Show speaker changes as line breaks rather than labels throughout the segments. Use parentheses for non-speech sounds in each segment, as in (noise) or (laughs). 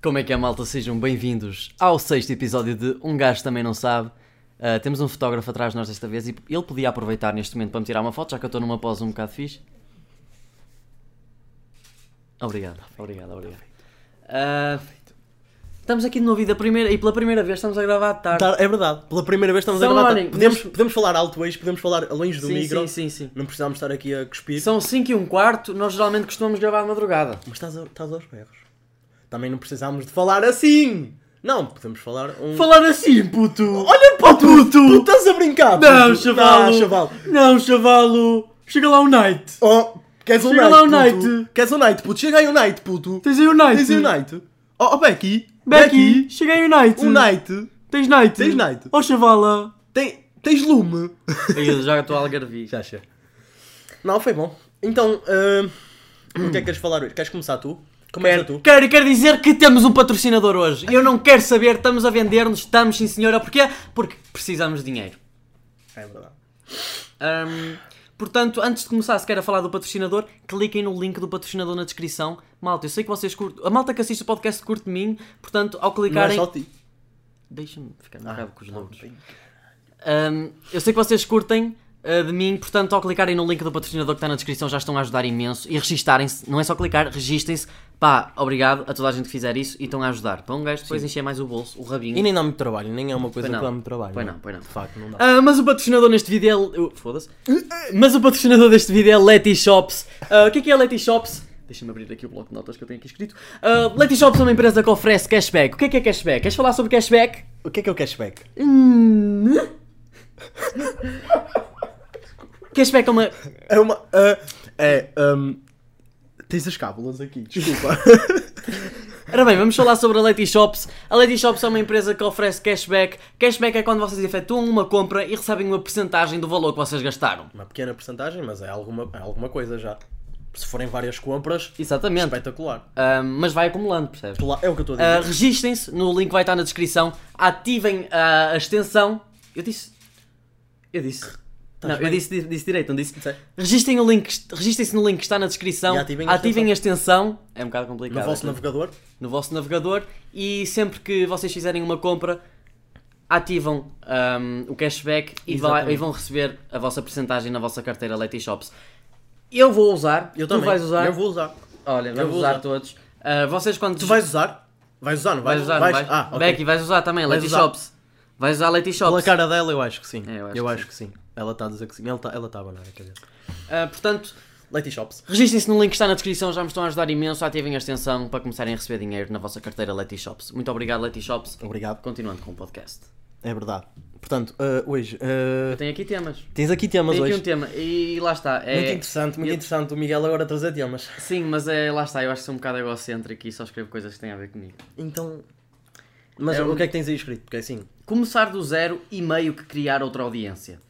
Como é que é, malta? Sejam bem-vindos ao sexto episódio de Um Gajo Também Não Sabe. Ah, temos um fotógrafo atrás de nós desta vez e ele podia aproveitar neste momento para me tirar uma foto, já que eu estou numa pose um bocado fixe. Obrigado, obrigado, obrigado. Ah, estamos aqui de novo e, da primeira, e pela primeira vez estamos a gravar de tarde.
Tá, é verdade, pela primeira vez estamos
Então,
a gravar. tá,
olhem,
podemos,
neste-
podemos falar alto hoje, podemos falar longe do
sim,
micro.
sim, sim, sim.
Não precisamos estar aqui a cuspir.
São 5 e um quarto, nós geralmente costumamos gravar de madrugada.
Mas estás, a, estás aos berros. Também não precisamos de falar assim! Não, podemos falar um.
Falar assim, puto!
Olha para tu! Tu estás a brincar! puto!
Não, chavalo!
Ah, chaval!
Não, chavalo! Chega lá o night!
Oh, queres um
Chega
night?
lá o
puto?
night.
Queres um night, puto? Chega aí um night, puto!
Tens aí o night!
Tens aí um night! Oh, oh Becky!
Becky, chega aí o night!
Um night!
Tens night?
Tens night?
Oh chavala!
Tem, tens lume!
Aí já estou algarvi.
Já achei. Não, foi bom. Então, ah, o que é que queres falar hoje? Queres começar tu? Começa tu.
Quero, quero dizer que temos um patrocinador hoje. Eu não quero saber, estamos a vender-nos, estamos sim senhora. Porquê? Porque precisamos de dinheiro.
É verdade.
Ahm, portanto, antes de começar sequer a falar do patrocinador, cliquem no link do patrocinador na descrição. Malta, eu sei que vocês curtem. A malta que assiste o podcast curte de mim, portanto, ao
Não é
clicarem.
só Ah, ti. tá
Deixa-me ficar no rabo com os louros.
bem.
Ahm, eu sei que vocês curtem ah, de mim, portanto, ao clicarem no link do patrocinador que está na descrição, já estão a ajudar imenso. E registarem-se, não é só clicar, registem-se. Pá, obrigado a toda a gente que fizer isso e estão a ajudar. Para um gajo depois encher mais o bolso, o rabinho.
E nem dá muito trabalho, nem é uma coisa
Pois não.
que dá muito trabalho.
Pois não, pois não.
De facto, não é? dá.
Ah, mas o patrocinador neste vídeo é. eu-
(laughs)
Foda-se. Mas o patrocinador deste vídeo é Letty Shops. Ah, o que é que é Letty Shops? Deixa-me abrir aqui o bloco de notas que eu tenho aqui escrito. Ah, Letty Shops é uma empresa que oferece cashback. O que é que é cashback? Queres falar sobre cashback?
O que é que é o cashback?
Cashback é uma.
É uma. ah, é. ahm, tens as cábulas aqui, (laughs) desculpa.
Ora bem, vamos falar sobre a Lady Shops. A Lady Shops é uma empresa que oferece cashback. Cashback é quando vocês efetuam uma compra e recebem uma percentagem do valor que vocês gastaram.
uma pequena porcentagem, mas é alguma, é alguma coisa já. Se forem várias compras,
Exatamente.
espetacular.
Ah, mas vai acumulando, percebes?
Lá- É o que eu estou a
Ah,
dizer.
Registem-se, no link vai estar na descrição. Ativem ah, a extensão. Eu disse. Eu disse. Não, eu
bem?
disse, disse, disse direito, não disse.
Sei.
Registem o link, registrem-se no link que está na descrição.
E
ativem,
ativem a
a extensão. É um bocado complicado.
no vosso
aqui.
navegador,
no vosso navegador e sempre que vocês fizerem uma compra ativam hum, o cashback e, vai-
Exatamente.
e vão receber a vossa percentagem na vossa carteira Leti Shops. Eu vou usar,
eu
tu
também.
vais usar.
Eu vou usar.
Olha, vamos
vou
usar,
usar.
todos. Ah, vocês quando
Tu vais usar? Vais usar, não vais?
Vais usar, não vais?
Ah, ok.
Becky, vais usar também
Vais
Leti
usar.
Shops. Vais usar Leti
Pela
Shops.
cara dela, eu acho que sim.
É, eu
eu
acho
acho,
que
que, sim. Ela está a dizer que sim. Ela está ela tá a banar a cabeça.
Ah, portanto,
Lady Shops.
registrem-se no link que está na descrição, já me estão a ajudar imenso. Ativem a extensão para começarem a receber dinheiro na vossa carteira Leti Shops. Muito obrigado, Leti Shops.
Obrigado.
Continuando com o podcast.
É verdade. Portanto, ah, hoje. ah,
Eu tenho aqui temas.
Tens aqui temas
Tem aqui
hoje.
um tema e lá está. É...
Muito interessante, muito
eu-
interessante o Miguel agora trazer temas.
Sim, mas é, lá está, eu acho que sou um bocado egocêntrico e só escrevo coisas que têm a ver comigo.
Então. Mas
É um-
o que é que tens aí escrito? Porque assim.
Começar do zero e meio que criar outra audiência.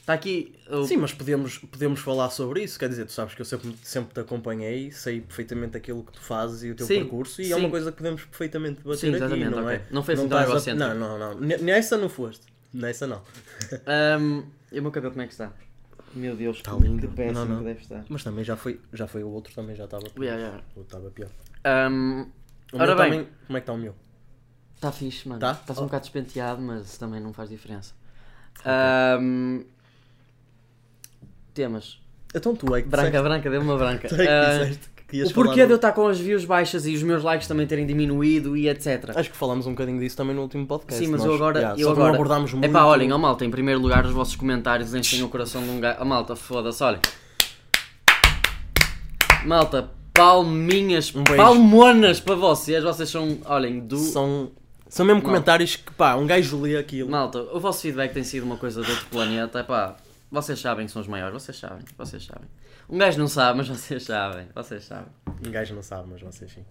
Está aqui. o-
Sim, mas podemos, podemos falar sobre isso. Quer dizer, tu sabes que eu sempre, sempre te acompanhei, sei perfeitamente aquilo que tu fazes e o teu
Sim,
percurso, e
sim.
é uma coisa que podemos perfeitamente bater
Sim, exatamente,
aqui, não
ok.
é?
Não foi assim tão
estás
egocêntrico.
Não, não, não. Ne- Nessa não foste. Nessa não.
Ahm, e o meu cabelo como é que está? Meu Deus, é
Está
que-
Tá lindo.
que péssimo
Não, não.
que deve estar.
Mas também já foi, já foi o outro, também já estava pior.
Yeah, yeah.
O outro Estava pior.
Ahm,
O
ora
meu
bem,
também- como é que está o meu?
está fixe, mano.
Tá?
Estás
Oh.
um bocado despenteado, mas também não faz diferença. Ahm, temas.
Então tu é que
Branca,
disseste-
branca, deu uma branca.
(laughs) tu é que
Ah,
disseste que ias
o porquê
falar
de eu estar com as views baixas e os meus likes também terem diminuído e etc.
Acho que falámos um bocadinho disso também no último podcast.
Sim, mas
nós.
eu agora.
Yeah,
eu
só que
agora...
não abordámos muito.
É pá, olhem, ó malta, em primeiro lugar, os vossos comentários enchem o coração de um gajo. Ó malta, foda-se, olhem. Malta, palminhas,
Um beijo.
palmonas para vocês. Vocês são, olhem, do.
São, são mesmo comentários que pá, um gajo lê aquilo.
Malta, o vosso feedback tem sido uma coisa de outro planeta. É pá, vocês sabem que são os maiores, vocês sabem, vocês sabem. Um gajo não sabe, mas vocês sabem, vocês sabem.
Um gajo não sabe, mas vocês sim.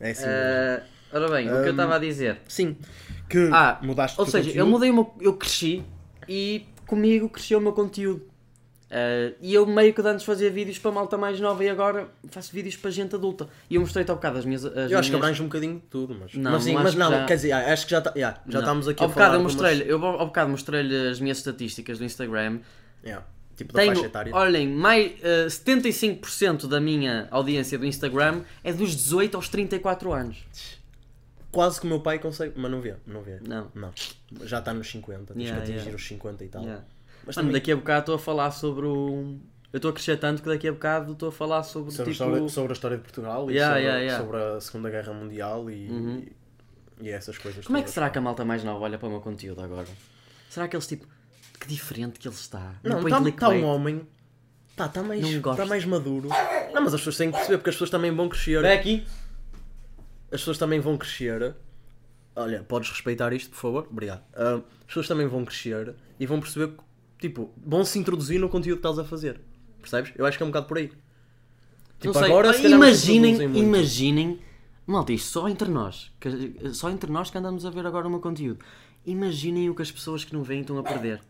É Um, assim. mesmo.
Eh, ora bem, o que eu estava a dizer.
Sim. Que
Ah,
mudaste
Ou
o teu
seja, eu
conteúdo.
mudei o meu, eu cresci e comigo cresceu o meu conteúdo. Ah, e eu meio que de antes fazia vídeos para malta mais nova e agora faço vídeos para gente adulta. E eu mostrei-te ao bocado as minhas. As
Eu acho que
minhas...
abrange um bocadinho de tudo, mas.
Não,
mas sim,
não
mas
acho
não,
que já-
quer dizer, ah, acho que já, tá- yeah, já
Não.
estamos aqui
ao
a falar.
bocado eu
algumas-
mostrei-lhe, eu ao bocado mostrei-lhe as minhas estatísticas do Instagram.
Yeah, tipo da
Tenho,
faixa etária.
olhem, mais, ah, 75% da minha audiência do Instagram é dos 18 aos 34 anos.
quase que o meu pai consegue, mas não vê, não vê.
Não.
Já está nos 50, tens
Yeah,
que atingir
yeah.
os 50 e tal.
Yeah. Ah,
Mas
Mano,
também,
daqui a bocado estou a falar sobre o. Eu estou a crescer tanto que daqui a bocado estou a falar sobre,
sobre, a
tipo.
história, sobre a história de Portugal e
Yeah,
sobre,
yeah, yeah. Uhum.
sobre a Segunda Guerra Mundial e, e, e essas coisas.
Como é que
todas.
será que a malta mais nova olha para o meu conteúdo agora? Será que eles tipo. Que diferente que ele está?
Não,
põe
está tá
clickbait.
um homem. Pá, está mais,
Não gosto.
tá mais maduro. Não, mas as pessoas têm que perceber, porque as pessoas também vão crescer.
Becky?
As pessoas também vão crescer. Olha, podes respeitar isto, por favor? Obrigado. Ah, as pessoas também vão crescer e vão perceber que, tipo, vão se introduzir no conteúdo que estás a fazer. Percebes? Eu acho que é um bocado por aí.
Não
Tipo,
sei, ah,
agora, se calhar, não se
imaginem,
produzem muito.
imaginem, malta, isto só entre nós, que- só entre nós que andamos a ver agora o meu conteúdo. Imaginem o que as pessoas que não veem estão a perder.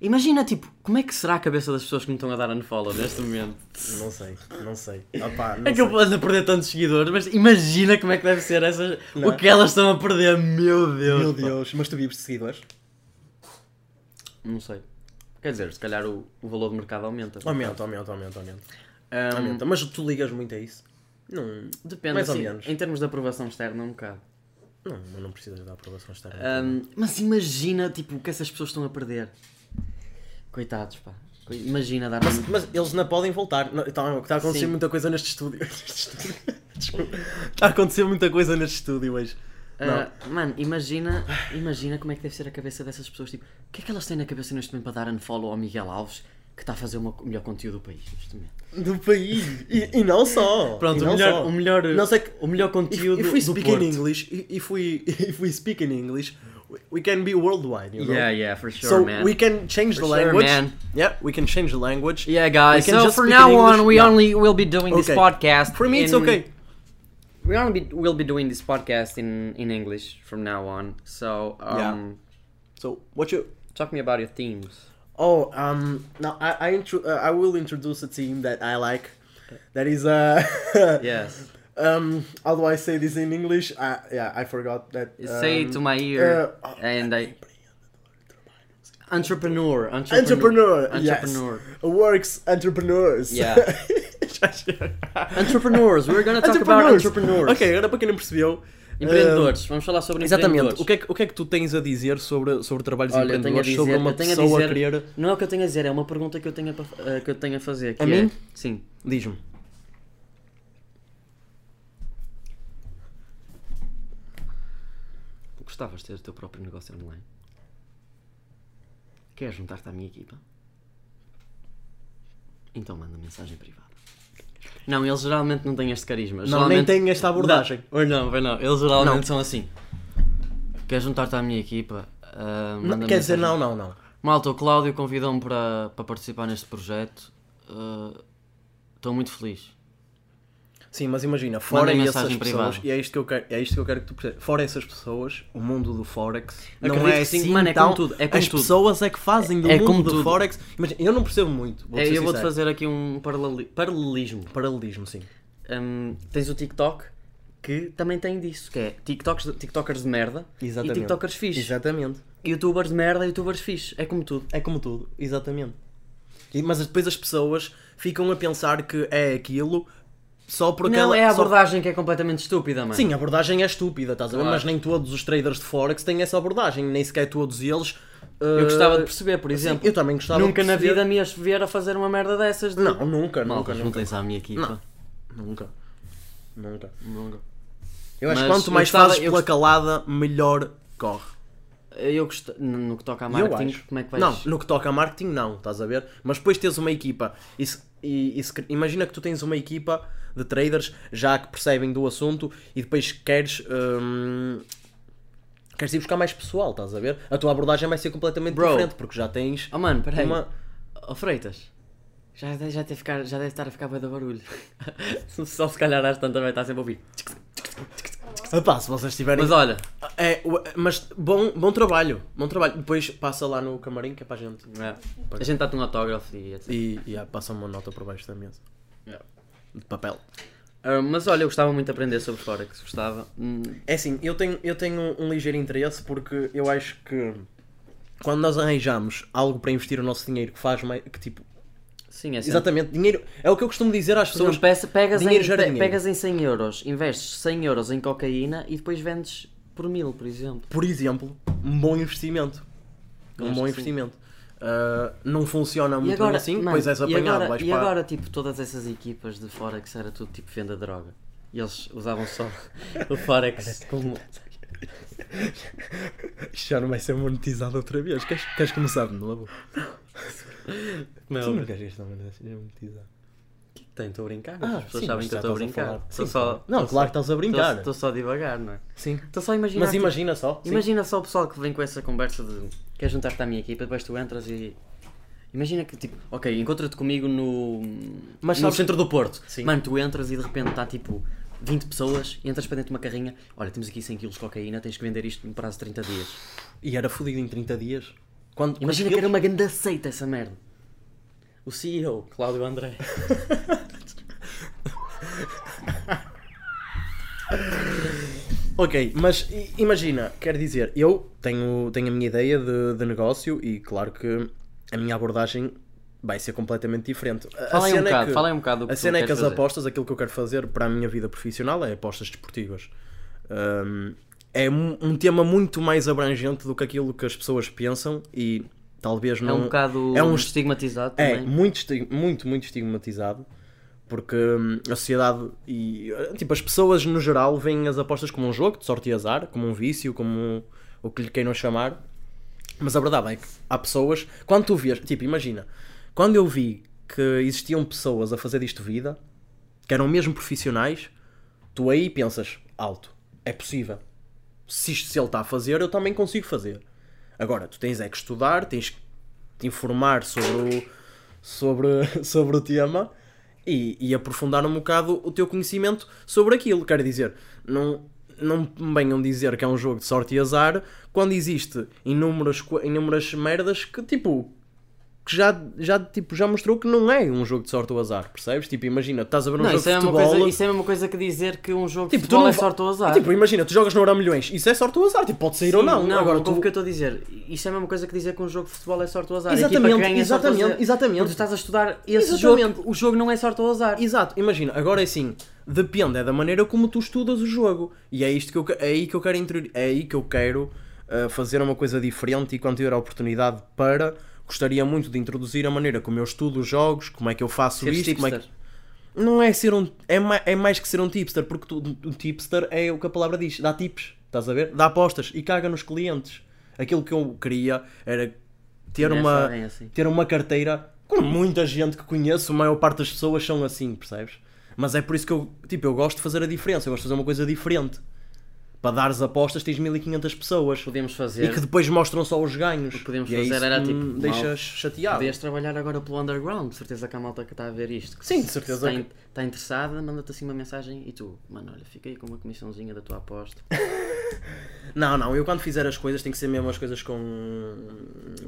Imagina, tipo, como é que será a cabeça das pessoas que me estão a dar unfollow neste momento?
Não sei, não sei. Ah, pá, não
É que eu
sei.
ando a perder tantos seguidores, mas imagina como é que deve ser essas, o que elas estão a perder, meu Deus.
Meu
pá.
Deus, mas tu vives de seguidores?
Não sei. Quer dizer, se calhar o, o valor de mercado aumenta.
Aumenta, aumenta, aumenta, aumenta.
Ahm,
Aumenta. Mas tu ligas muito a isso? Não,
Depende,
Mais ou
assim,
menos.
em termos de aprovação externa, um bocado.
não, não precisas da aprovação externa.
Ahm, mas imagina, tipo, o que essas pessoas estão a perder. Coitados, pá. Coi- Imagina um- dar
Mas, mas eles não podem voltar. Não, Está está a acontecer
Sim.
muita coisa neste estúdio. (laughs) Neste estúdio. Desculpa. Está a acontecer muita coisa neste estúdio hoje.
Ah, mano, imagina, imagina como é que deve ser a cabeça dessas pessoas. Tipo, o que é que elas têm na cabeça neste momento para dar unfollow ao Miguel Alves, que está a fazer o meu- o melhor conteúdo do país neste momento?
Do país. E, e não só.
Pronto,
E
o
não
melhor,
só.
o, melhor,
Não sei que.
o melhor conteúdo
If
do
we speak in
Porto.
English, i- if we, (laughs) if we speak in English, we- we can be worldwide, you know?
Yeah, yeah, for sure,
so
man.
we can change the
For sure,
language.
man.
Yeah, we can change the language.
Yeah, guys.
We can
So
just
for
speak in
now on,
English.
we
Yeah.
only will be doing this
Okay.
podcast.
For me, it's
in-
okay.
We only be, will be doing this podcast in in English from now on. So um,
Yeah. So, what you.
talk me about your themes.
Oh, um, now I I, intro- uh, I will introduce a team that I like. That is uh, (laughs)
Yes.
Um, how do I say this in English? I, yeah, I forgot that. Um,
Say it to my ear,
uh,
and I. Entrepreneur, entrepreneur,
entrepreneur.
entrepreneur.
Yes. Works entrepreneurs.
Yeah.
(laughs) Entrepreneurs.
entrepreneurs. We're gonna talk about entrepreneurs.
Ok, agora para quem não percebeu.
Empreendedores. Vamos falar sobre
um, exatamente.
empreendedores.
O que, é que, o que é que tu tens a dizer sobre, sobre trabalhos
Olha, eu tenho a
empreendedores?
dizer,
sobre uma
eu tenho a
pessoa
dizer,
a querer.
não é o que eu tenho a dizer, é uma pergunta que eu tenho a, pa- eh, que eu tenho a fazer. Que
A
é-
mim?
Sim.
Diz-me.
Gostavas de ter o teu próprio negócio online? Queres juntar-te à minha equipa? Então manda mensagem privada. Não, eles geralmente não têm este carisma.
Não, nem têm esta abordagem.
Não, Ou não, pois não. Eles geralmente
Não.
são assim. Queres juntar-te à minha equipa? Ah,
Não,
manda
quer dizer,
mensagem.
não, não, não.
Malta, o Cláudio convidou-me para, para participar neste projeto. Ah, Estou muito feliz.
Sim, mas imagina, fora
Mandem
essas
mensagem
pessoas,
privada.
e é isto que eu quero, é isto que eu quero que tu percebas. Fora essas pessoas, o mundo do forex não
Acredito
é
que sim,
assim,
mano, é
tão-
como tudo, é como
as
tudo.
pessoas é que fazem do
É
mundo
como
do
tudo.
forex. Imagina, eu não percebo muito, vou
É, eu vou-te
sincero.
fazer aqui um paraleli- paralelismo.
paralelismo, sim.
Hum, tens o TikTok que também tem disso, que é TikToks, de- TikTokers de merda
Exatamente.
e TikTokers fixe.
Exatamente.
Youtubers de merda e youtubers fixe. É como tudo.
É como tudo, exatamente. E- mas depois as pessoas ficam a pensar que é aquilo só por aquela
Não, é a
só-
abordagem que é completamente estúpida, mano.
Sim, a abordagem é estúpida, estás a ver?
Claro.
Mas nem todos os traders de Forex têm essa abordagem, nem sequer todos eles. eh,
Eu gostava de perceber, por exemplo.
Ah, eu também gostava de
Nunca na
perceber.
vida me ias ver a fazer uma merda dessas. tipo. De...
Tá Não,
Malta,
nunca, nunca, nunca.
juntem-se à minha equipa.
Nunca. Nunca.
Nunca.
Eu acho que
Mas
quanto
eu
mais
gostava-
fazes
eu
pela
gost-
calada, melhor corre.
Eu gosto... No que toca a
Eu
marketing,
acho.
como é que vais...
Não, no que toca a marketing, não, estás a ver? Mas depois tens uma equipa. E, se- e- e se cre- imagina que tu tens uma equipa de traders já que percebem do assunto e depois queres. hum, Queres ir buscar mais pessoal, estás a ver? A tua abordagem vai ser completamente
Bro.
diferente, porque já tens
Oh, mano, peraí.
uma.
Oh, Freitas. Já, já, deve ficar, já deve estar a ficar bem da barulho. (laughs) Só se calhar às tantas vai estar sempre a ouvir.
Epá, se vocês tiverem.
Mas olha...
É, o- mas bom, bom trabalho, bom trabalho. Depois passa lá no camarim que é para a gente.
É. A gente dá-te um autógrafo e etc.
E, e ah, passa uma nota por baixo da mesa. De papel.
Ah, mas olha, eu gostava muito de aprender sobre Forex, gostava. Hum,
É assim, eu tenho, eu tenho um ligeiro interesse porque eu acho que quando nós arranjamos algo para investir o nosso dinheiro que faz mais. que tipo.
Sim, é sempre.
Exatamente, dinheiro. É o que eu costumo dizer às
Por exemplo,
pessoas.
peça- pegas, em,
dinheiro gera
pe-
dinheiro.
pegas em 100 euros, investes 100 euros em cocaína e depois vendes por mil, por exemplo.
por exemplo, um bom investimento.
Acho
Um
que
bom
sim.
investimento. Ah, não funciona muito
e agora,
bem assim,
mano,
pois és
e
apanhado.
agora,
vais
e
para-
agora, tipo, todas essas equipas de Forex era tudo tipo venda de droga. E eles usavam só o Forex como.
Isto (laughs) já não vai ser monetizado outra vez. Queres, queres começar de novo?
Não,
Tu não queres que esta merda seja monetizada.
Tem, estou a brincar.
Ah,
As pessoas
sim,
sabem
mas
que eu
já
estou a
estás a
brincar.
falar.
Estou
Sim,
só,
claro. Não,
estou
claro
só-
que estás a brincar.
Estou só devagar, não é?
Sim.
Estou só a imaginar.
Mas
tipo,
imagina só. sim.
Imagina só o pessoal que vem com essa conversa de queres juntar-te à minha equipa, depois tu entras e. Imagina que tipo, ok, encontra-te comigo no,
Mas
no
sabes-
centro do Porto.
Sim.
Mano, tu entras e de repente está tipo 20 pessoas, entras para dentro de uma carrinha, olha, temos aqui 100 kg de cocaína, tens que vender isto no prazo de 30 dias.
E era fodido em 30 dias. Quando,
Imagina que era uma grande aceita essa merda. O CEO, Cláudio André.
Ok, mas i- imagina, quer dizer, eu tenho, tenho a minha ideia de, de negócio e claro que a minha abordagem vai ser completamente diferente. A- a
Fala aí um
cena é
bocado,
que-
fala aí um bocado do que
A
tu
cena é que
queres
as
fazer.
apostas, aquilo que eu quero fazer para a minha vida profissional é apostas desportivas. Hum, é um, um tema muito mais abrangente do que aquilo que as pessoas pensam e talvez
É
não...
um bocado
É um est-
estigmatizado
é,
também.
muito, esti- muito, muito estigmatizado. Porque hum, a sociedade e eh, tipo, as pessoas no geral veem as apostas como um jogo de sorte e azar, como um vício, como um- o que lhe queiram chamar. Mas a verdade é que há pessoas. Quando tu vês, tipo, imagina, quando eu vi que existiam pessoas a fazer disto vida, que eram mesmo profissionais, tu aí pensas, alto, é possível. Se isto se ele está a fazer, eu também consigo fazer. Agora, tu tens é que estudar, tens que te informar sobre o, sobre, (laughs) sobre o tema e, e aprofundar um bocado o teu conhecimento sobre aquilo. Quero dizer, não, não me venham dizer que é um jogo de sorte e azar quando existe inúmeras, co- inúmeras merdas que tipo. Que já, já, tipo, já mostrou que não é um jogo de sorte ou azar, percebes? Tipo, imagina, estás a ver um
Não,
jogo
isso
de
é, a mesma
futebol...
coisa, isso é a mesma coisa que dizer que um jogo de
Tipo, tu
futebol
não
é
va-
sorte ou azar.
Tipo, imagina, tu jogas no Euro Milhões, isso é sorte ou azar, tipo, pode sair ou
Sim,
não. Agora
como
tu...
que eu estou a dizer? Isso é a mesma coisa que dizer que um jogo de futebol é sorte ou azar. a
Exatamente,
equipa que ganha é sorte ou
exatamente,
azar.
exatamente.
Porque tu estás a estudar esse
Exatamente.
jogo, o jogo não é sorte ou azar.
Exato, imagina, agora é assim, depende, é da maneira como tu estudas o jogo. E é isto que eu, que- é aí que eu quero interior- é aí que eu quero uh, fazer uma coisa diferente e quando tiver a oportunidade para, gostaria muito de introduzir a maneira como eu estudo os jogos, como é que eu faço
Seres
isto, como é que-
tipster.
Não é ser um. É, ma- é mais que ser um tipster, porque tu, um tipster é o que a palavra diz, dá tips, estás a ver? Dá apostas e caga nos clientes. Aquilo que eu queria era ter
Conheço
uma,
alguém assim.
ter uma carteira com muita gente que conheço, a maior parte das pessoas são assim, percebes? Mas é por isso que eu, tipo, eu gosto de fazer a diferença, eu gosto de fazer uma coisa diferente. Para dar as apostas tens 1500 pessoas
Podemos
e
fazer.
que depois mostram só os ganhos.
podemos
E é
fazer
isso
era,
que
tipo,
me
mal-
deixas chateado.
Podias trabalhar agora pelo underground, de certeza que a malta que está a ver isto. que
Sim,
se-
de certeza
se Está, in- está interessada, manda-te assim uma mensagem e tu, mano, olha, fica aí com uma comissãozinha da tua aposta.
É Não, não, eu quando fizer as coisas tem que ser mesmo as coisas com,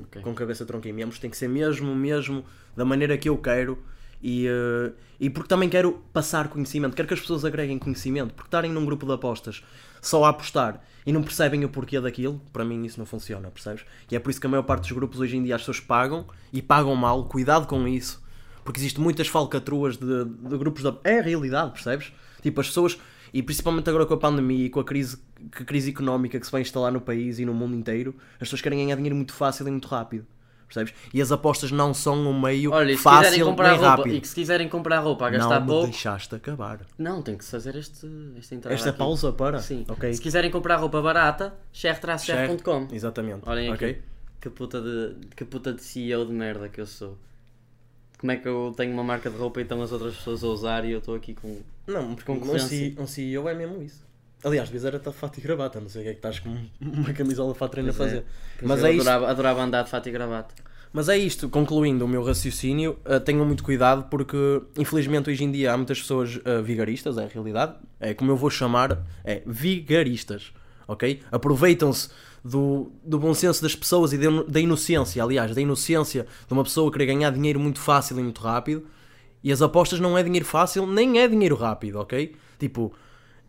Ok.
com cabeça, tronco e membros, tem que ser mesmo, mesmo da maneira que eu quero e, eh, e porque também quero passar conhecimento, quero que as pessoas agreguem conhecimento, porque estarem num grupo de apostas só a apostar e não percebem o porquê daquilo, para mim isso não funciona, percebes? E é por isso que a maior parte dos grupos hoje em dia as pessoas pagam e pagam mal, cuidado com isso, porque existe muitas falcatruas de, de grupos de. É a realidade, percebes? Tipo, as pessoas. E principalmente agora com a pandemia e com a crise, que crise económica que se vai instalar no país e no mundo inteiro, as pessoas querem ganhar dinheiro muito fácil e muito rápido. Percebes? E as apostas não são um meio
Olha, e se quiserem
fácil
comprar
nem
roupa,
rápido.
e que se quiserem comprar roupa a gastar
Não me
pouco,
deixaste acabar.
Não, tem que se fazer este, esta entrada.
Esta é
aqui.
pausa para?
Sim.
Ok.
Se quiserem comprar roupa barata,
Certo.
share-share.com.
Exatamente.
Olhem aqui.
Ok.
Que puta, de, que puta de CEO de merda que eu sou. Como é que eu tenho uma marca de roupa e estão as outras pessoas a usar e eu estou aqui com.
Não, porque um, um,
Concorrência.
C- um CEO é mesmo isso. Aliás, devias era estar de fato e gravata, não sei o que é que estás com uma camisola de fato treino a
Pois é.
fazer.
Pois
Mas
eu
é isso.
adorava, adorava andar de fato e gravata.
Mas é isto, concluindo o meu raciocínio, eh, tenham muito cuidado porque infelizmente hoje em dia há muitas pessoas eh, vigaristas, é a realidade, é como eu vou chamar, é vigaristas, ok? Aproveitam-se do, do bom senso das pessoas e da ino- da inocência, aliás, da inocência de uma pessoa querer ganhar dinheiro muito fácil e muito rápido, e as apostas não é dinheiro fácil, nem é dinheiro rápido, ok? Tipo,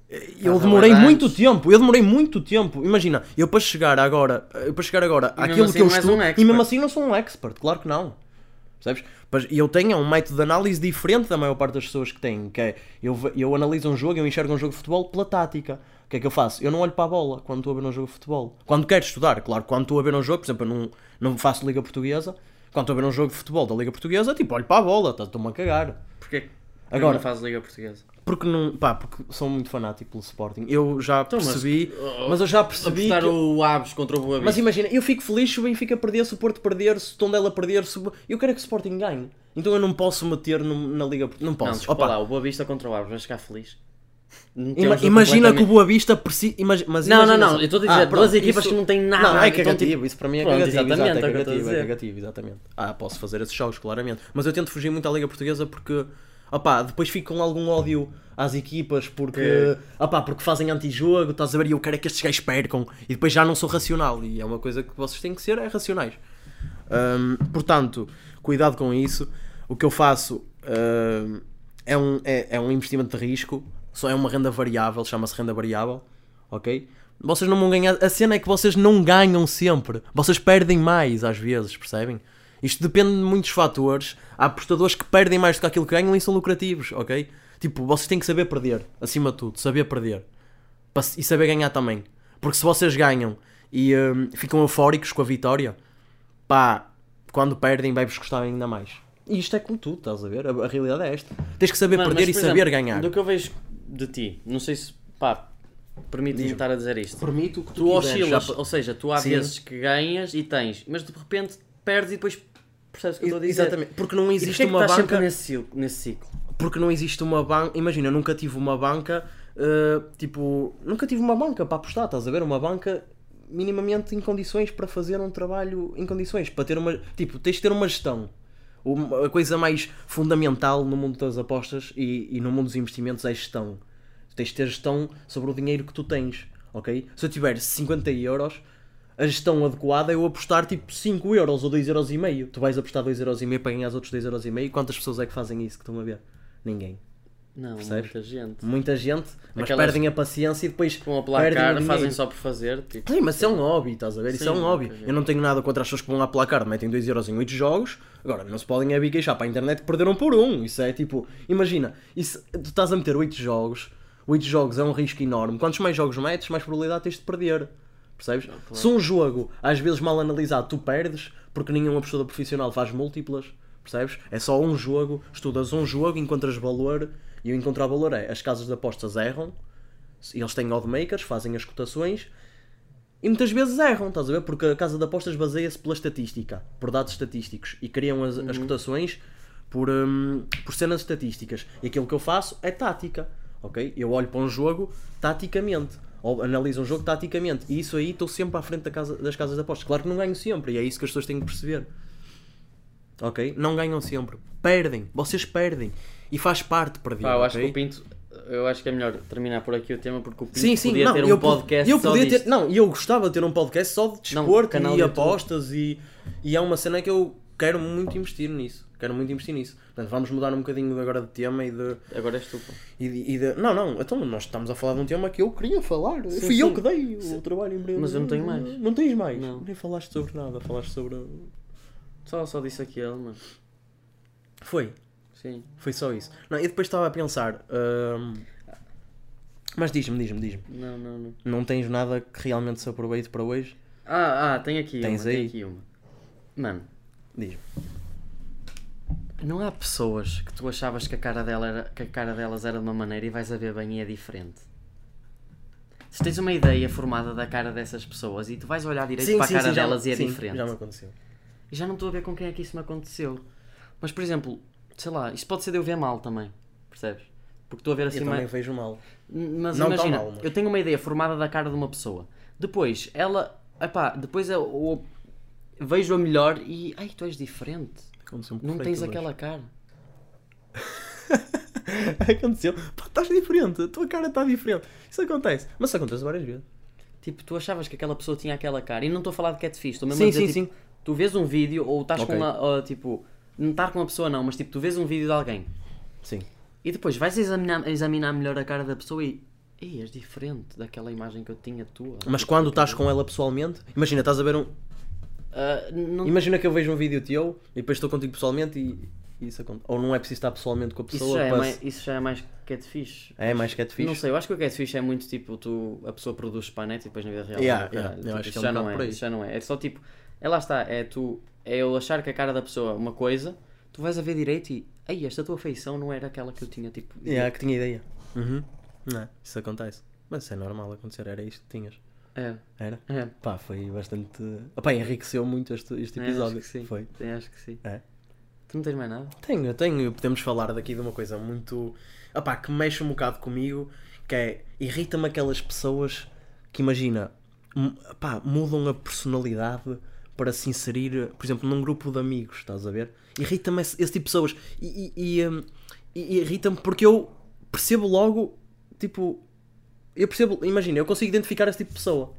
eu
Estás a
demorei
levar
muito
antes.
tempo, eu demorei muito tempo. Imagina, eu para chegar agora, eu para chegar agora
mesmo
àquilo
assim
que eu
não és
estudo,
um
e mesmo
expert.
assim não sou um expert, claro que não. Percebes? Pois, E eu tenho é um método de análise diferente da maior parte das pessoas que têm, que é eu, ve- eu analiso um jogo, eu enxergo um jogo de futebol pela tática. O que é que eu faço? Eu não olho para a bola quando estou a ver um jogo de futebol. Quando quero estudar, claro, quando estou a ver um jogo, por exemplo, eu não, não faço Liga Portuguesa, quando estou a ver um jogo de futebol da Liga Portuguesa, tipo, olho para a bola, tá- estou-me a cagar.
Porquê que
Agora-
não faz Liga Portuguesa?
Porque não, pá, porque sou muito fanático pelo Sporting. Eu já
Então, mas- oh,
percebi, mas eu já percebi
Apostar
que-
o Aves contra o Boa
Mas
Vista.
imagina, eu fico feliz se o Benfica perder, se o Porto perder, se o Tondela perder, se... o- eu quero é que o Sporting ganhe. Então eu não posso meter no- na Liga Portuguesa. Não
Não,
posso.
desculpa
Opa,
lá, o Boa Vista contra o Aves, vais ficar feliz. Não
ima-
temos o
imagina que o
completamente-
Boa Vista precisa. imagi- mas
Não, não,
imagina
não,
só- Ah,
eu estou a dizer, duas
pronto,
equipas
isso-
que não têm nada,
Não, é
então,
cagativo,
tipo-
isso para mim é
Pronto,
cagativo. exato,
exatamente, é
é
o que eu estou a
cagativo, é
dizer.
cagativo, exatamente. Ah, posso fazer esses jogos, claramente. Mas eu tento fugir muito à Liga Portuguesa porque. Opá, depois fico com algum ódio às equipas
É.
porque, opá, porque fazem antijogo, estás a ver, e eu quero é que estes gajos percam e depois já não sou racional e é uma coisa que vocês têm que ser, é racionais. Hum, portanto, cuidado com isso. O que eu faço hum, é, um, é, é um investimento de risco, só é uma renda variável, chama-se renda variável, ok? Vocês não vão ganhar. A cena é que vocês não ganham sempre, vocês perdem mais às vezes, percebem? Isto depende de muitos fatores. Há apostadores que perdem mais do que aquilo que ganham e são lucrativos, ok? Tipo, vocês têm que saber perder, acima de tudo, saber perder Pa- e saber ganhar também. Porque se vocês ganham e hum, ficam eufóricos com a vitória, pá, quando perdem vai-vos custar ainda mais. E isto é como tudo, estás a ver? A, a realidade é esta. Tens que saber
Mano,
perder
mas,
e
por
saber
exemplo,
ganhar.
Do que eu vejo de ti, não sei se, pá, permite-me estar a dizer isto.
Permito que
Tu oscilas, ou seja, tu há
Sim.
vezes que ganhas e tens, mas de repente perdes e depois percebes o que eu estou a dizer.
Exatamente. Porque não
E
existe
porquê é que
uma
estás
banca.
sempre nesse ciclo? Nesse ciclo?
Porque não existe uma banca. Imagina, eu nunca tive uma banca. eh, tipo, nunca tive uma banca para apostar, estás a ver? Uma banca minimamente em condições para fazer um trabalho em condições, para ter uma. Tipo, tens de ter uma gestão. Uma- a coisa mais fundamental no mundo das apostas e, e no mundo dos investimentos é gestão. Tens de ter gestão sobre o dinheiro que tu tens, ok? Se eu tiver 50 euros, a gestão adequada é eu apostar tipo 5 euros ou 2 euros e meio. Tu vais apostar 2 euros e meio para ganhar os outros 2 euros e meio. Quantas pessoas é que fazem isso que estão a ver? Ninguém.
Não,
Percebes?
muita gente.
Muita gente, mas
Aquelas-
perdem a paciência e depois
Vão a
perdem
placar,
o
um fazem
dinheiro.
só por fazer, tipo.
Sim, mas isso é um hobby, estás a ver? isso é
Sim,
um hobby.
ok.
Eu não tenho nada contra as pessoas que vão lá pela carta, metem 2 euros em 8 jogos. Agora, não se podem é queixar para a internet que perderam por um. Isso é tipo, imagina, isso, tu estás a meter 8 jogos, 8 jogos é um risco enorme. Quantos mais jogos metes, mais probabilidade tens de perder. Percebes? Se um jogo, às vezes mal analisado, tu perdes, porque nenhuma pessoa profissional faz múltiplas, percebes? É só um jogo, estudas um jogo, encontras valor, e o encontrar valor é, as casas de apostas erram, eles têm oddmakers, fazem as cotações, e muitas vezes erram, estás a ver? Porque a casa de apostas baseia-se pela estatística, por dados estatísticos, e criam as, as
Uhum.
cotações por, hum, por cenas estatísticas. E aquilo que eu faço é tática, ok? Eu olho para um jogo taticamente, ou analiso um jogo taticamente, e isso aí estou sempre à frente da casa, das casas de apostas. Claro que não ganho sempre, e é isso que as pessoas têm que perceber. Ok? Não ganham sempre. Perdem. Vocês perdem. E faz parte perder.
Pá, eu acho que
ok?
o Pinto. Eu acho que é melhor terminar por aqui o tema porque o Pinto
Sim, sim,
podia
não,
ter um
eu, pod-
podcast
eu
só
podia
disto.
ter, não, e eu gostava de ter um podcast só de
Não,
desporto
canal
e
de
apostas e, e é uma cena que eu quero muito investir nisso. Quero muito investir nisso. Portanto, vamos mudar um bocadinho agora de tema e de,
Agora és tu. pô.
e de, e de- Não, não, então nós estamos a falar de um tema que eu queria falar. Fui
sim.
eu que dei o trabalho em breve.
Mas eu não tenho mais.
Não tens mais?
Não.
Nem falaste sobre nada, falaste sobre.
Só, só disse aquilo, mano.
Foi,
Sim.
foi só isso. Não, e depois estava a pensar. hum, Mas diz-me, diz-me, diz-me.
Não, não, não.
Não tens nada que realmente se aproveite para hoje?
Ah, ah, tem aqui
Tens
uma.
aí?
Tem aqui uma. Mano.
Diz-me.
Não há pessoas que tu achavas que a cara, dela era- que a cara delas era de uma maneira e vais a ver bem e é diferente. Se tens uma ideia formada da cara dessas pessoas e tu vais olhar direito para a cara
já-
delas e é
sim,
diferente.
Já me aconteceu.
E já não estou a ver com quem é que isso me aconteceu. Mas, por exemplo, sei lá, isto pode ser de eu ver mal também, percebes? Porque estou a ver assim
eu
uma-
também vejo mal.
N- Mas
Não tão
imagina,
mal, mas-
eu tenho uma ideia formada da cara de uma pessoa. Depois, ela. Epá, depois eu, eu vejo-a melhor e. Ai, tu és diferente.
Aconteceu
Não tens aquela cara.
(laughs) aconteceu. Pá, estás diferente. A tua cara está diferente. Isso acontece. Mas isso acontece várias vezes.
Tipo, tu achavas que aquela pessoa tinha aquela cara. E não estou a falar de catfish, estou mesmo
Sim,
a dizer,
sim,
tipo, tu vês um vídeo ou estás
Ok.
com uma, ou, tipo, não estar com uma pessoa não, mas tipo, tu vês um vídeo de alguém
Sim.
e depois vais examinar, examinar melhor a cara da pessoa e, ei, és diferente daquela imagem que eu tinha tua.
Mas quando estás com ela pessoalmente, imagina, estás a ver um.
Ah, não-
Imagina que eu vejo um vídeo teu e depois estou contigo pessoalmente e, e isso acontece. Ou não é preciso estar pessoalmente com a
isso,
pessoa.
já é
para
mais,
se-
isso já é mais catfish.
é mais catfish.
Não sei, eu acho que o catfish é muito tipo, tu, a pessoa produz para a net e depois na vida real.
Yeah,
não, caralho.
yeah, eu
Tipo,
acho que
isso
é um
já
bocado
não
por
é,
aí.
isso já não é. É só tipo, é lá está, é tu, é eu achar que a cara da pessoa é uma coisa, tu vais a ver direito e, ei, esta tua feição não era aquela que eu tinha, tipo.
Yeah, que tinha ideia. Uhum. Não, é? isso acontece. Mas isso é normal acontecer, era isto que tinhas.
É,
Era?
é.
Pá, foi bastante. Opá, enriqueceu muito este, este
É,
episódio.
acho que sim.
Foi.
Sim, acho que sim.
É.
Tu não tens mais nada?
Tenho, tenho. Podemos falar daqui de uma coisa muito. Opá, que mexe um bocado comigo, que é. Irrita-me aquelas pessoas que, imagina, m- opá, mudam a personalidade para se inserir, por exemplo, num grupo de amigos, estás a ver? Irrita-me esse, esse tipo de pessoas. E, e, e, hum, e- e irrita-me porque eu percebo logo, tipo. Eu percebo, imagina, eu consigo identificar esse tipo de pessoa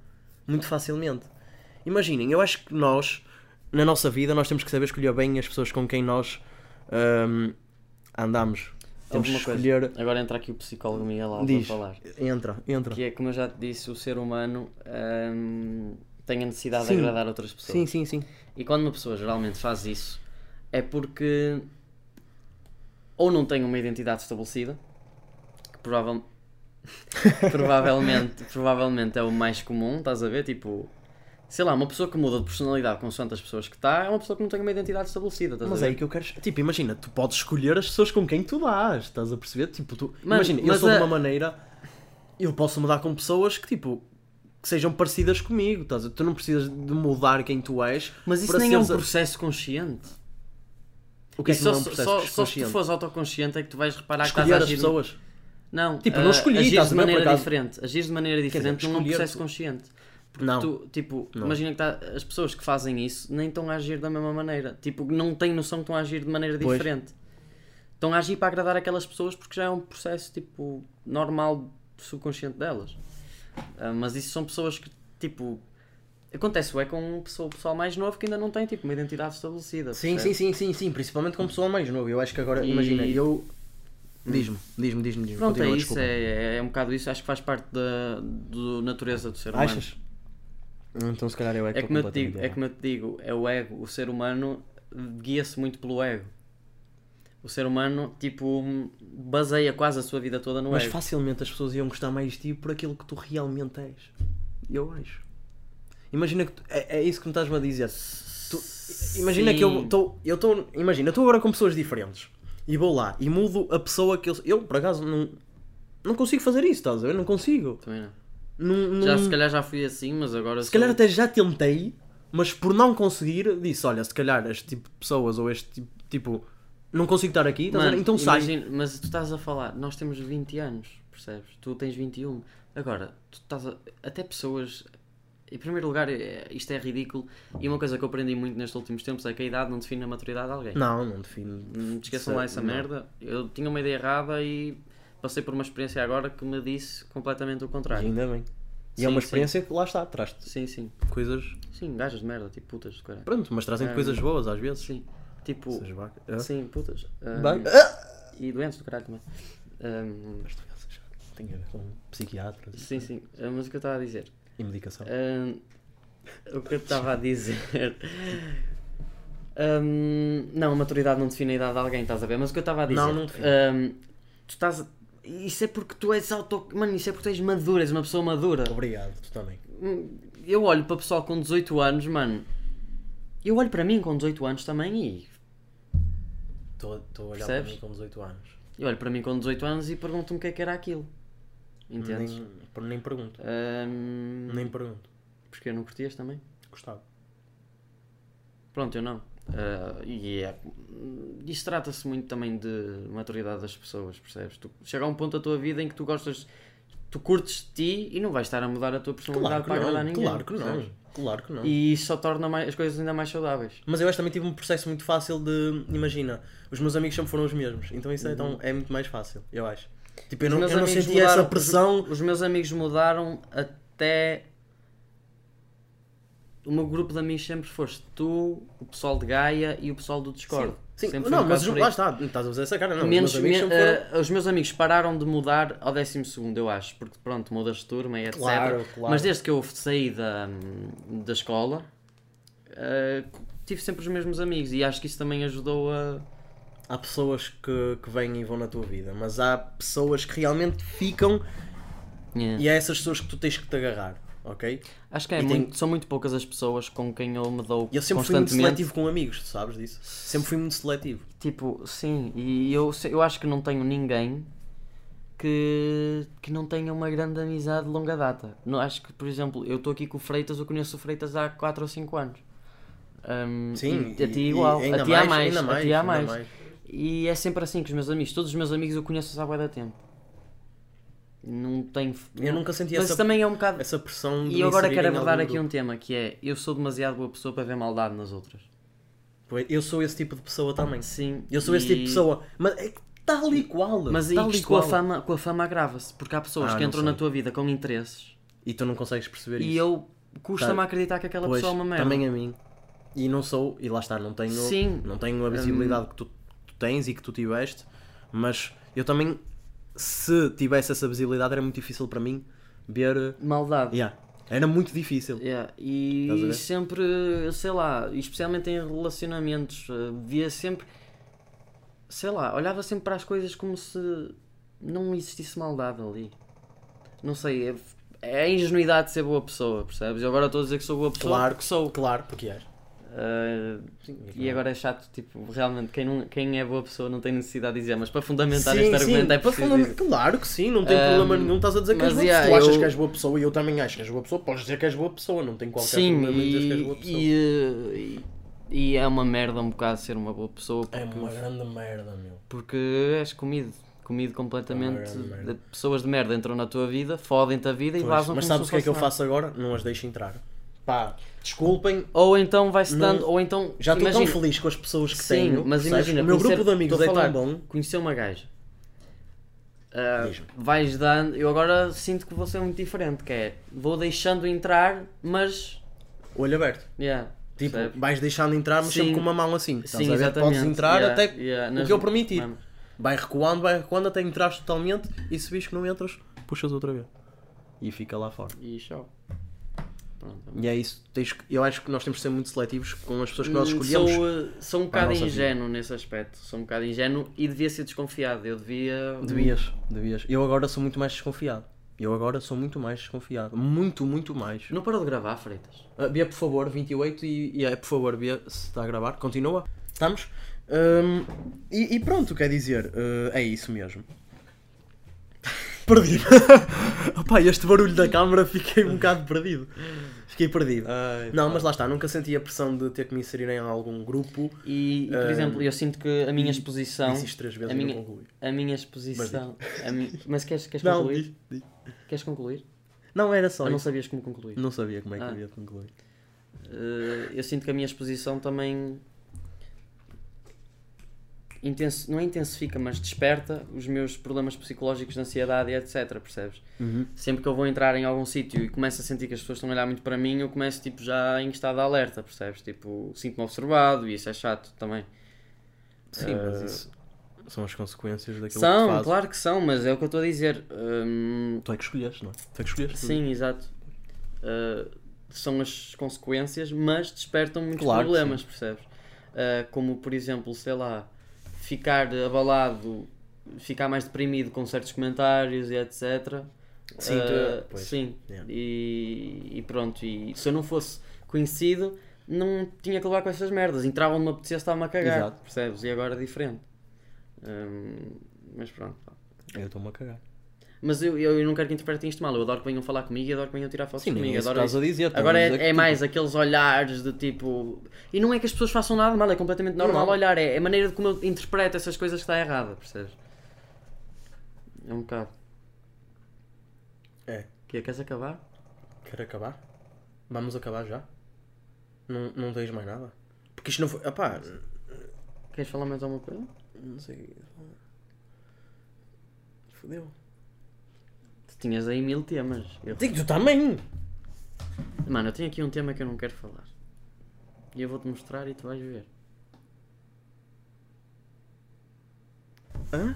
muito facilmente. Imaginem, eu acho que nós, na nossa vida, nós temos que saber escolher bem as pessoas com quem nós hum, andamos. Temos que
Alguma coisa?
escolher.
Agora entra aqui o psicólogo Miguel Alves
Diz,
a falar.
entra, entra.
Que é, como eu já te disse, o ser humano hum, tem a necessidade
Sim.
de agradar outras pessoas.
Sim, sim, sim.
E quando uma pessoa geralmente faz isso, é porque ou não tem uma identidade estabelecida, que provavel- (laughs) provavelmente, provavelmente é o mais comum, estás a ver? Tipo, sei lá, uma pessoa que muda de personalidade consoante as pessoas que está, é uma pessoa que não tem uma identidade estabelecida, estás
Mas
a
é
ver?
aí que eu quero. Tipo, imagina, tu podes escolher as pessoas com quem tu dás, estás a perceber? Tipo, tu.
Mano,
imagina, eu
mas é-
sou de
a-
uma maneira. Eu posso mudar com pessoas que, tipo. Que sejam parecidas comigo, estás a... tu não precisas de mudar quem tu és.
Mas isso
para
nem é um
seres a-
processo consciente.
O que é que
Isso
não
só,
é um processo
só, só se tu
consciente?
fores autoconsciente é que tu vais reparar que
Escolher
estás a
as
agir
pessoas.
Não,
Tipo,
ah,
não escolhi,
agires
estás
de
a ver, por
maneira
acaso.
diferente. Agires de maneira
dizer,
diferente não é um
escolher
processo
tu-
consciente. Porque
Não.
tu, tipo,
Não.
imagina que tá- as pessoas que fazem isso nem estão a agir da mesma maneira. Tipo, não têm noção que estão a agir de maneira
Pois.
diferente. Estão a agir para agradar aquelas pessoas porque já é um processo, tipo, normal, subconsciente delas. Ah, mas isso são pessoas que, tipo. Acontece, é com um pessoal, pessoal mais novo que ainda não tem, tipo, uma identidade estabelecida.
Sim, sim,
percebes?
sim, sim, sim, principalmente com pessoal mais novo. Eu acho que agora,
E- Hum.
imagina, eu. Diz-me, diz-me, diz-me, diz-me.
Pronto,
Continua,
é isso,
desculpa.
é, é um bocado isso. Acho que faz parte da do- natureza do ser humano.
Achas? Então se calhar eu é que
É
estou
como, eu te
completamente
digo, é
errado.
como eu te digo, é o ego. O ser humano guia-se muito pelo ego. O ser humano, tipo, baseia quase a sua vida toda no
Mas
ego.
facilmente as pessoas iam gostar mais de ti por aquilo que tu realmente és. Eu acho. Imagina que. tu- é, é isso que me estás-me a dizer. Tu- imagina que eu
Sim.
estou. Eu estou. Imagina, eu estou agora com pessoas diferentes. E vou lá e mudo a pessoa que eu. Eu, por acaso, não. Não consigo fazer isso, estás a ver? Não consigo.
Também não.
Não, não...
Já, se calhar já fui assim, mas agora.
Se calhar até já tentei, mas por não conseguir, disse: Olha, se calhar este tipo de pessoas ou este tipo. tipo não consigo estar aqui, estás a ver? então sai.
imagina- Mas tu estás a falar, nós temos 20 anos, percebes? Tu tens 21. Agora, tu estás a- até pessoas. Em primeiro lugar, é- isto é ridículo. E uma coisa que eu aprendi muito nestes últimos tempos é que a idade não define a maturidade de alguém.
Não, não defino.
Não te Hum, esqueçam lá essa
Não.
merda. Eu tinha uma ideia errada e passei por uma experiência agora que me disse completamente o
E
contrário.
Ah, Ainda bem. E
Sim,
é uma
sim.
experiência que lá está, traz-te
Sim, sim.
coisas.
Sim, gajas de merda, tipo putas de caralho.
Pronto, mas trazem
Ah,
coisas boas às vezes.
Sim. Tipo.
Essas vacas. Ah.
Sim, putas. Ahm,
Bem. Ah!
E doentes do caralho também. Ahm,
Mas tu pensas, já Tem a ver com psiquiatras
sim, sim. Ah, Mas o que eu estava a dizer?
e medicação.
É. Ahn, o que eu estava a dizer. Ahn, não, a maturidade não define a idade de alguém, estás a ver? Mas o que eu estava a dizer.
Não, não define.
Ahm, tu estás. a- Isso é porque tu és auto. Mano, isso é porque tu és madura, és uma pessoa madura.
Obrigado, tu também.
Hum, Eu olho para pessoal com 18 anos, mano. Eu olho para mim com 18 anos também e.
Estou a olhar
para Percebes? mim
com 18 anos.
Eu olho para mim com 18 anos e pergunto-me o que é que era aquilo. Entendes?
nem pergunto.
Ahm,
Nem pergunto.
Porque eu não curtias também?
Gustavo.
Pronto, eu não. Ah, e é. Isso trata-se muito também de maturidade das pessoas, percebes? Tu chega a um ponto da tua vida em que tu gostas, tu curtes de ti e não vais estar a mudar a tua personalidade
Claro que
para agradar
não.
ninguém.
Claro que
percebes?
não. Claro que não.
E isso só torna mais- as coisas ainda mais saudáveis.
Mas eu acho que também tive um processo muito fácil de. Imagina, os meus amigos sempre foram os mesmos. Então isso é, tão- é muito mais fácil, eu acho. Tipo, eu
Uhum. Os
não,
meus
eu não
amigos
sentia essa
mudaram-
pressão.
Os meus amigos mudaram até. O meu grupo de amigos sempre foste tu, o pessoal de Gaia e o pessoal do Discord. Sempre
Sim,
foi um
não,
bocado
mas
por aí.
lá está, não estás a fazer essa cara, não.
Menos-
os meus amigos
men-
sempre foram.
eh, os meus amigos pararam de mudar ao 12, eu acho, porque pronto, mudas de turma e etc.
Claro, claro.
Mas desde que eu saí da, da escola, eh, tive sempre os mesmos amigos e acho que isso também ajudou a.
Há pessoas que, que vêm e vão na tua vida, mas há pessoas que realmente ficam
Hum. Yeah.
e é essas pessoas que tu tens que te agarrar, ok?
Acho que é
E tem-
muito- são muito poucas as pessoas com quem eu me dou
E eu sempre fui muito
constantemente.
seletivo com amigos, tu sabes disso? Sempre fui muito seletivo.
tipo, sim, e eu, se- eu acho que não tenho ninguém que, que não tenha uma grande amizade de longa data. Não, acho que, por exemplo, eu estou aqui com o Freitas, eu conheço o Freitas há 4 ou 5 anos. Ahm,
Sim,
e Hum, a ti
e-
igual,
e ainda
a ti há
mais,
mais,
ainda
a ti há
mais,
mais.
ainda
E é sempre assim com os meus amigos, todos os meus amigos eu conheço há bué da tempo. Não tenho.
Eu nunca senti
Mas
essa-
também é um bocado.
Essa pressão de
E
me
eu agora
inserir
quero
em algum
abordar aqui
grupo.
um tema que é: eu sou demasiado boa pessoa para ver maldade nas outras.
Pois, Eu sou esse tipo de pessoa também.
Sim.
Eu sou esse
e-
tipo de pessoa. Mas é que tal e qual.
Mas
tal
e
e
isto com a
qual.
fama, com a fama agrava-se, porque há pessoas
Ah,
que
não
entram
sei.
na tua vida com interesses
E tu não consegues perceber É isso.
e eu custa-me
Tá.
acreditar que aquela
Pois,
pessoa é uma merda.
Também a mim. E não sou, e lá está, não tenho,
Sim. Hum.
Não tenho a visibilidade que tu, tu tens e que tu tiveste, mas eu também, se tivesse essa visibilidade, era muito difícil para mim ver. uh,
Maldade.
Yeah, era muito difícil.
Yeah,
Estás a
E
ver?
sempre, sei lá, e especialmente em relacionamentos, eh, via sempre, sei lá, olhava sempre para as coisas como se não existisse maldade ali. Não sei, é, é a ingenuidade de ser boa pessoa, percebes? Eu agora estou a dizer que sou boa pessoa
Claro.
porque sou.
Claro, porque é. és.
Eh, E agora é chato, tipo, realmente, quem, não, quem é boa pessoa não tem necessidade de dizer, mas para fundamentar
Sim,
este
sim,
argumento é
para
preciso
falar-
dizer.
Claro que sim, não tem
Um,
problema nenhum. Estás a dizer que és
mas,
boa
yeah,
pessoa. Tu achas
eu-
que és boa pessoa e eu também acho que és boa pessoa. Podes dizer que és boa pessoa, não tem qualquer
Sim,
problema em dizer que és boa pessoa.
e, e, e é uma merda um bocado ser uma boa pessoa
É
porque,
uma grande merda, meu.
porque és comido, comido completamente.
É uma grande
de- pessoas de merda entram na tua vida, fodem-te a vida e
Pois,
vazam
mas
como
sabes o
se
que é que eu
fosse nada.
faço agora? Não as deixo entrar. Pá, desculpem,
Ou então vai-se
Não-
dando, ou então.
já estou tão
imagina-
feliz com as pessoas que
Sim,
tenho.
mas
percebes?
imagina,
o meu
conhecer-
grupo de amigos
estou
é
a
tão
falar,
bom.
Conhecer uma gaja. Ah,
Diz-me.
vais dando. Eu agora sinto que vou ser muito diferente, que é. Vou deixando entrar, mas.
Olho aberto.
Yeah,
Tipo,
percebes?
vais deixando entrar, mas sempre
Sim.
com uma mão assim. estás
Sim,
a ver?
exatamente.
Podes entrar
Yeah,
até
yeah,
o
nas-
que eu permitir.
mesmo.
Vai recuando, vai recuando até entrares totalmente e se vês que não entras, puxas outra vez. E fica lá fora.
E show. Pronto.
E é isso. Tens que- eu acho que nós temos de ser muito seletivos com as pessoas que nós
Hum,
escolhemos.
Sou, uh, sou um
para a
bocado
nossa vida.
ingênuo nesse aspecto. Sou um bocado ingênuo e devia ser desconfiado. Eu devia.
Devias, devias. Eu agora sou muito mais desconfiado. Eu agora sou muito mais desconfiado. Muito, muito mais.
Não parou de gravar, Freitas.
Ah, Bia, por favor, 28 e, e é, por favor, Bia, se está a gravar, continua. Estamos? Ahm, e, e pronto, quer dizer, ah, é isso mesmo. Perdi. (laughs) Opa, este barulho da câmara fiquei um bocado perdido. Fiquei perdido. não, mas lá está, nunca senti a pressão de ter que me inserir em algum grupo.
E, e, por
Ah,
exemplo, eu sinto que a minha exposição.
Disse isto três vezes
a
e não
minha-
concluí.
A minha exposição. a mi- Mas queres, queres
Não,
concluir?
diz, diz.
Queres concluir?
não, era só
Ou não
isso.
sabias como concluir?
Não sabia como é que
Ah.
eu ia concluir.
Eh, eu sinto que a minha exposição também intensi- não é intensifica, mas desperta os meus problemas psicológicos de ansiedade e etc, percebes?
Uhum.
Sempre que eu vou entrar em algum sítio e começo a sentir que as pessoas estão a olhar muito para mim, eu começo tipo já em estado de alerta, percebes? Tipo, sinto-me observado e isso é chato também.
Sim, mas
Ah.
isso são as consequências daquilo que
são,
fazes.
claro que são, mas é o que eu estou a dizer. Hum,
Tu é que escolheste, não é? Tu é que escolheste.
sim, exato. Uh, são as consequências, mas despertam muitos
Claro que
problemas, percebes? Uh, como, por exemplo, sei lá, ficar abalado, ficar mais deprimido com certos comentários e etc. Uh,
Sim, tu- pois.
sim.
Yeah.
E, e pronto, e se eu não fosse conhecido, não tinha que levar com essas merdas. Entrava onde me apetecesse, estava-me a cagar,
Exato.
percebes? E agora é diferente. Um, mas pronto. pá.
Eu estou-me a cagar.
Mas eu, eu, eu não quero que interpretem isto mal. Eu adoro que venham falar comigo e adoro que venham tirar fotos
Sim, nem
comigo.
é isso
adoro
que estás a dizer. estás
Agora
a
é,
dizer que, tipo-
é mais aqueles olhares de tipo. E não é que as pessoas façam nada de mal, é completamente normal
Não.
olhar. É é a maneira de como eu interpreto essas coisas que está errada, percebes? É um bocado.
tipo, É.
Que é, queres acabar?
Quer acabar? Vamos acabar já? Não, não tens mais nada? Porque isto não foi. Opá,
Queres falar mais alguma coisa?
não sei. Fodeu.
Tu tinhas aí mil temas. Eu-
Digo, tu também!
Mano, eu tenho aqui um tema que eu não quero falar. E eu vou-te mostrar e tu vais ver.
Hã?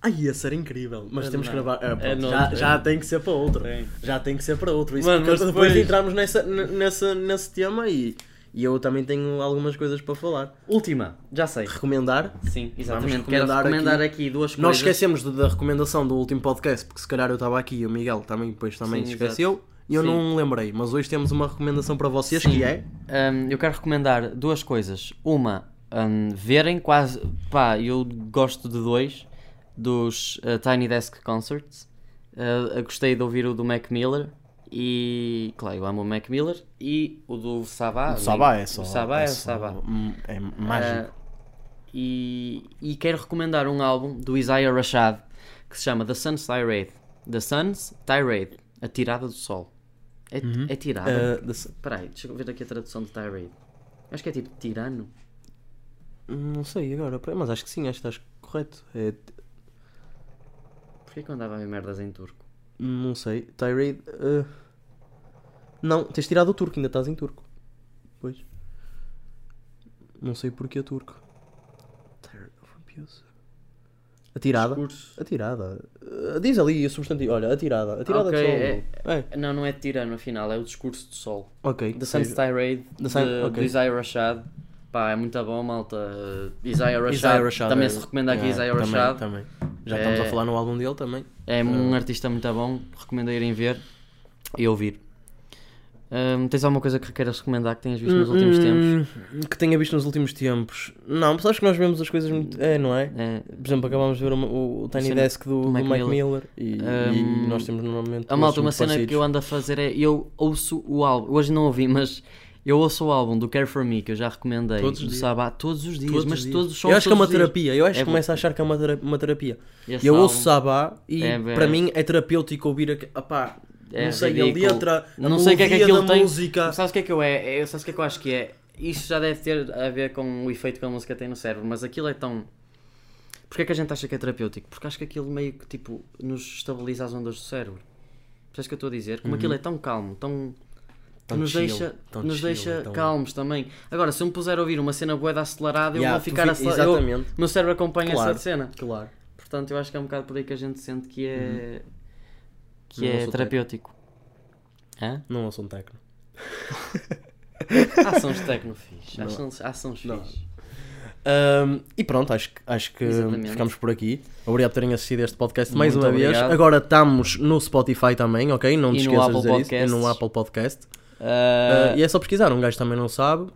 Ai, esse era incrível, mas
É
temos que
não.
gravar. Ah, pronto,
É não,
já,
tem.
já tem que ser para outro.
Tem.
Já tem que ser para outro. Isso,
Mano,
porque
mas
depois,
depois-
entramos nessa, n- nessa, nesse tema e, e eu também tenho algumas coisas para falar.
Última, já sei.
Recomendar.
Sim, exatamente.
Vamos
Quero
recomendar
recomendar aqui, duas
Nós
Tipo, coisas.
esquecemos de- da recomendação do último podcast, porque se calhar eu estava aqui e o Miguel também depois também
Sim,
se esqueceu. E eu
Sim.
não lembrei, mas hoje temos uma recomendação para vocês que é.
Hum, eu quero recomendar duas coisas. Uma, hum, verem quase. Pá, eu gosto de dois dos uh, Tiny Desk Concerts. Uh, eu gostei de ouvir o do Mac Miller e. Claro, eu amo o Mac Miller e o do Sabá.
O Sabá é só.
O Sabá é, o
só-
Sabá.
hum, É mágico.
Ah, e, e quero recomendar um álbum do Isaiah Rashad que se chama The Sun's Tirade. The Sun's Tirade. A Tirada do Sol. É, é tirada.
Ah, desse-
Peraí, deixa eu ver aqui a tradução de Tirade. Acho que é tipo tirano.
não sei agora, mas acho que sim, acho que estás correto. É,
Porquê que eu andava a ver merdas em turco?
não sei. Tirade. ah, Não, tens tirado o turco, ainda estás em turco. Pois. Não sei porque é turco. Tirade of abuse. Atirada.
Discurso.
Atirada. Ah, diz ali o substantivo. Olha, atirada. Atirada
Ok,
de sol.
é-
É,
Não, não é de tirano, afinal, é o discurso do sol.
Ok.
The
seja.
Sun's Tirade,
The Sun-
de,
ok.
do Isaiah Rashad. Pá, é muito bom, malta. Uh, Isaiah Rashad.
Isaiah Rashad,
também
é-
se recomenda aqui
é,
Isaiah
também,
Rashad.
Também. Já estamos
É.
a falar no álbum dele também.
É um artista muito bom, recomendo irem ver e ouvir. Hum, tens alguma coisa que queiras recomendar que tenhas visto
Hum,
nos últimos tempos?
tempos. hum, Que tenha visto nos últimos tempos. Não, mas acho que nós vemos as coisas muito. É, não é?
É,
Por exemplo, acabámos de ver uma- o, o Tiny
Cena
Desk do, do Mike Miller, e, e
Hum,
nós temos normalmente.
a malta,
gostos
uma
muito
cena que
parecidos.
eu ando a fazer é. Eu ouço o álbum, hoje não ouvi, mas eu ouço o álbum do Care for Me que eu já recomendei
Todos os
do
dias.
Sabá todos os dias,
Todos os
mas
dias.
todos os sons.
Eu acho que é
todos
uma
os dias.
terapia, eu acho
É
que começo a achar que é uma tera- uma terapia.
Esse
Eu ouço
álbum-
Sabá e
É bem-
para mim é terapêutico ouvir aqu- opá,
É
não sei,
ridículo.
a letra, a
não sei o que é que
melodia
aquilo
da
tem.
música.
Sabes o que é que eu é? é? Sabes o que é que eu acho que é? Isto já deve ter a ver com o efeito que a música tem no cérebro, mas aquilo é tão. Porquê é que a gente acha que é terapêutico? Porque acho que aquilo meio que tipo nos estabiliza as ondas do cérebro. Percebes o que eu estou a dizer? Como aquilo é tão calmo, tão.
Uhum. Tão
nos
chill,
deixa,
tão
nos
chill, é
deixa
tão-
calmos também. Agora, se eu me puser a ouvir uma cena boeda acelerada, eu
Yeah,
vou
tu
ficar
fi-
acelerado. O
exatamente.
meu cérebro acompanha
Claro.
essa cena.
Claro.
Portanto, eu acho que é um bocado por aí que a gente sente que é. que
Não
é
sou
terapêutico. Hã?
Não ouço um techno.
Ações tecno fixe. Ações, ações fixe.
Ahm, e pronto, acho, que- acho que
Exatamente.
ficamos por aqui. Obrigado por terem assistido este podcast mais
Muito
uma
obrigado.
vez. Agora estamos no Spotify também, ok? Não te
E no
esqueças de
Apple
dizer isso. E no
Podcasts.
Apple Podcast.
Ah,
Ah, e é só pesquisar, um gajo também não sabe.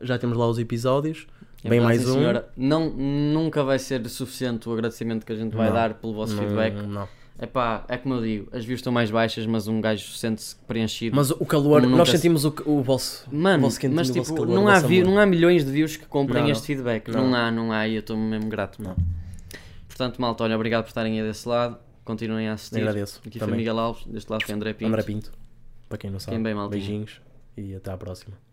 Já temos lá os episódios.
é
Bem
verdade,
mais
sim,
um.
senhora. Não, nunca vai ser suficiente o agradecimento que a gente vai
Não.
dar pelo vosso feedback.
Não, Hum, não.
Epá, é como eu digo, as views estão mais baixas, mas um gajo sente-se preenchido.
Mas o calor,
Como nunca
nós
se-
sentimos o, o vosso. o
Mano,
vosso quentinho,
mas
o vosso
tipo,
calor, o
não há,
vosso
view,
amor.
não há milhões de views que comprem
Não, não.
este feedback. Não.
Não.
há, não há, e eu estou mesmo grato. mano. Portanto, malta, olha, obrigado por estarem aí desse lado. Continuem a assistir.
Agradeço,
Aqui foi
também.
Miguel Alves, deste lado foi André Pinto.
André Pinto, para quem não sabe.
Fiquem bem, maltinha.
Beijinhos e até à próxima.